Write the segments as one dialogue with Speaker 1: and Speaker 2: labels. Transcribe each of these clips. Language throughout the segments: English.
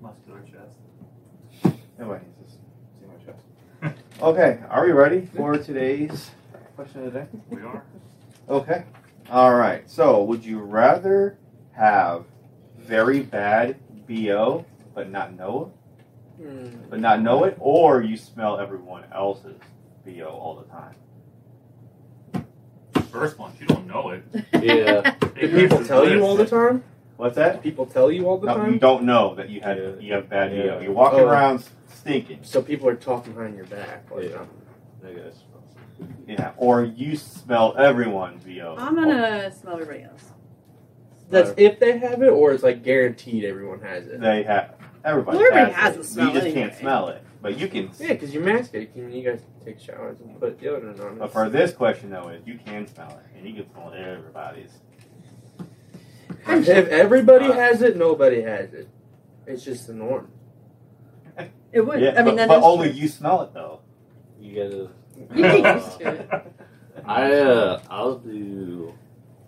Speaker 1: Muscular chest.
Speaker 2: Nobody needs this. See my chest. Okay, are we ready for today's question of the day?
Speaker 1: We are.
Speaker 2: Okay. All right. So, would you rather have very bad BO but not know
Speaker 3: Mm.
Speaker 2: it, but not know it, or you smell everyone else's BO all the time?
Speaker 1: First one, you don't know it.
Speaker 3: Yeah.
Speaker 1: It
Speaker 3: Do people
Speaker 1: just
Speaker 3: tell you
Speaker 1: exists.
Speaker 3: all the time?
Speaker 2: What's
Speaker 3: Do
Speaker 2: that?
Speaker 3: people tell you all the
Speaker 2: No, you
Speaker 3: time?
Speaker 2: don't know that you had
Speaker 3: Yeah.
Speaker 2: you have bad
Speaker 4: Yeah.
Speaker 2: BO. You're walking
Speaker 3: Oh.
Speaker 2: around stinking.
Speaker 3: So people are talking behind your back. all the
Speaker 4: Yeah.
Speaker 3: time.
Speaker 4: I guess.
Speaker 2: Yeah. Or you smell everyone BO.
Speaker 5: I'm gonna smell everybody else.
Speaker 3: That's if they have it, or it's like guaranteed everyone has it.
Speaker 2: They have everybody.
Speaker 5: Well, everybody has
Speaker 2: it.
Speaker 5: a smell
Speaker 2: You just can't
Speaker 5: anyway.
Speaker 2: smell it, but you can.
Speaker 3: Yeah, because you mask it. You, you guys take showers and put deodorant on.
Speaker 2: But for this question though, is you can smell it, and you can smell everybody's.
Speaker 3: if everybody has it, nobody has it. It's just the norm.
Speaker 5: It would.
Speaker 2: Yeah,
Speaker 5: I
Speaker 2: but,
Speaker 5: mean, then
Speaker 2: but
Speaker 5: that's
Speaker 2: only
Speaker 5: true.
Speaker 2: you smell it though.
Speaker 4: You gotta.
Speaker 5: You get used to it.
Speaker 4: I uh, I'll do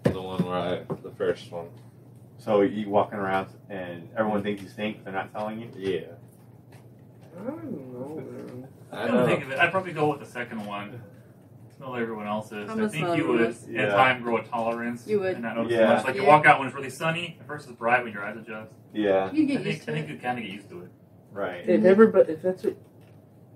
Speaker 4: the one where I the first one.
Speaker 2: So you walking around and everyone thinks you stink, but they're not telling you.
Speaker 4: Yeah.
Speaker 3: I don't know. Man.
Speaker 4: I
Speaker 1: I don't think
Speaker 4: know.
Speaker 1: of it. I'd probably go with the second one. Smell everyone else's.
Speaker 5: I'm a
Speaker 1: I think
Speaker 5: smell
Speaker 1: you would,
Speaker 5: everyone's.
Speaker 2: Yeah.
Speaker 1: in time, grow a tolerance.
Speaker 5: You would.
Speaker 1: And not notice
Speaker 2: Yeah.
Speaker 1: so much. Like you
Speaker 5: Yeah.
Speaker 1: walk out when it's really sunny, at first it's bright when your eyes adjust.
Speaker 2: Yeah,
Speaker 5: You
Speaker 1: I
Speaker 5: get
Speaker 1: think,
Speaker 5: used
Speaker 1: I
Speaker 5: to
Speaker 1: think
Speaker 5: it.
Speaker 1: you kind of get used to it.
Speaker 2: right.
Speaker 3: If everybody, if that's what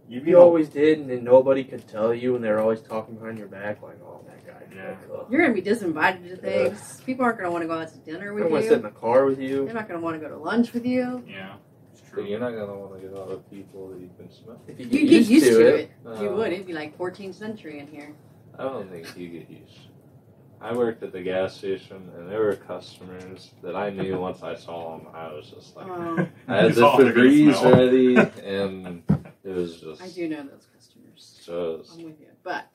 Speaker 2: You'd be
Speaker 3: you always did, and then nobody could tell you, and they're always talking behind your back, like, "Oh, that guy."
Speaker 1: Yeah.
Speaker 3: ugh.
Speaker 5: You're gonna be disinvited to things. People aren't gonna want to go out to dinner
Speaker 3: I don't
Speaker 5: with
Speaker 3: want to sit in
Speaker 5: you.
Speaker 3: the car with you.
Speaker 5: They're not gonna want to go to lunch with you.
Speaker 1: Yeah. It's
Speaker 4: But
Speaker 1: true.
Speaker 4: you're not gonna want to get all the people that you've been smelling.
Speaker 3: If you
Speaker 5: You get used to it.
Speaker 4: No.
Speaker 5: You would. It'd be like 14th century in here.
Speaker 4: I don't think you get used. to it. I worked at the gas station, and there were customers that I knew. Once I saw them, I was just like,
Speaker 5: Oh,
Speaker 4: I had
Speaker 1: You
Speaker 4: the
Speaker 1: saw them, they're gonna
Speaker 4: Febreze
Speaker 1: smell.
Speaker 4: ready, and it was just
Speaker 5: I do know those customers.
Speaker 4: so.
Speaker 5: I'm with you, but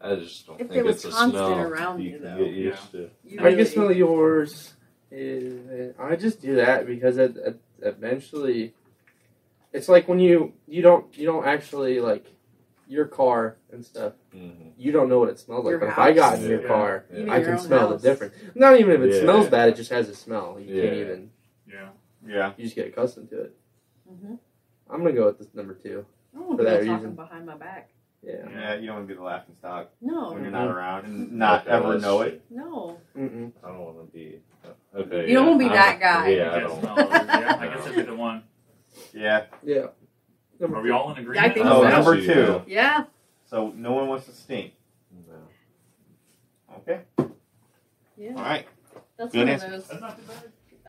Speaker 4: I just don't
Speaker 5: If
Speaker 4: think
Speaker 5: it was
Speaker 4: it's a
Speaker 5: constant
Speaker 4: smell
Speaker 5: around
Speaker 4: you
Speaker 5: you,
Speaker 4: can
Speaker 5: though.
Speaker 4: get used to.
Speaker 5: you
Speaker 3: I can
Speaker 5: really,
Speaker 3: smell yours. Is I just do that because it, it eventually, it's like when you you don't you don't actually like your car and stuff.
Speaker 4: Mhm.
Speaker 3: You don't know what it smells like.
Speaker 5: Your
Speaker 3: but if I got in
Speaker 4: house.
Speaker 3: your
Speaker 1: Yeah.
Speaker 3: car,
Speaker 4: Yeah.
Speaker 5: Even
Speaker 3: I
Speaker 5: your
Speaker 3: can
Speaker 5: own
Speaker 3: smell
Speaker 5: house.
Speaker 3: the difference. Not even if it
Speaker 4: Yeah.
Speaker 3: smells bad; it just has a smell. You can't
Speaker 4: Yeah.
Speaker 3: even.
Speaker 1: Yeah.
Speaker 2: yeah.
Speaker 3: You just get accustomed to it.
Speaker 5: Mhm.
Speaker 3: I'm gonna go with this number two.
Speaker 5: I don't want
Speaker 3: For
Speaker 5: people
Speaker 3: that
Speaker 5: talking
Speaker 3: reason.
Speaker 5: behind my back.
Speaker 3: Yeah.
Speaker 2: Yeah, you don't want to be the laughing stock when
Speaker 5: Oh, No,
Speaker 2: you're not around and not
Speaker 4: Okay,
Speaker 2: ever
Speaker 4: let's
Speaker 2: know
Speaker 4: see.
Speaker 2: it.
Speaker 5: no.
Speaker 3: Mm-mm.
Speaker 4: I don't want to be. uh, Okay.
Speaker 5: You don't
Speaker 4: yeah,
Speaker 5: wanna be
Speaker 4: I'm-
Speaker 5: that guy.
Speaker 4: Yeah, I
Speaker 1: Yeah,
Speaker 4: don't.
Speaker 1: smell everyone. yeah, I guess that'd be the one.
Speaker 2: Yeah.
Speaker 3: Yeah.
Speaker 1: Are
Speaker 3: Number
Speaker 1: we
Speaker 3: two.
Speaker 1: all in agreement?
Speaker 5: think
Speaker 2: Oh,
Speaker 5: so.
Speaker 2: number
Speaker 4: Yeah.
Speaker 2: two.
Speaker 5: Yeah,
Speaker 2: So no one wants to stink.
Speaker 4: No.
Speaker 2: Okay.
Speaker 5: yeah.
Speaker 2: All right.
Speaker 5: That's
Speaker 2: Good
Speaker 5: one
Speaker 2: answer.
Speaker 5: of those.
Speaker 1: That's not too bad.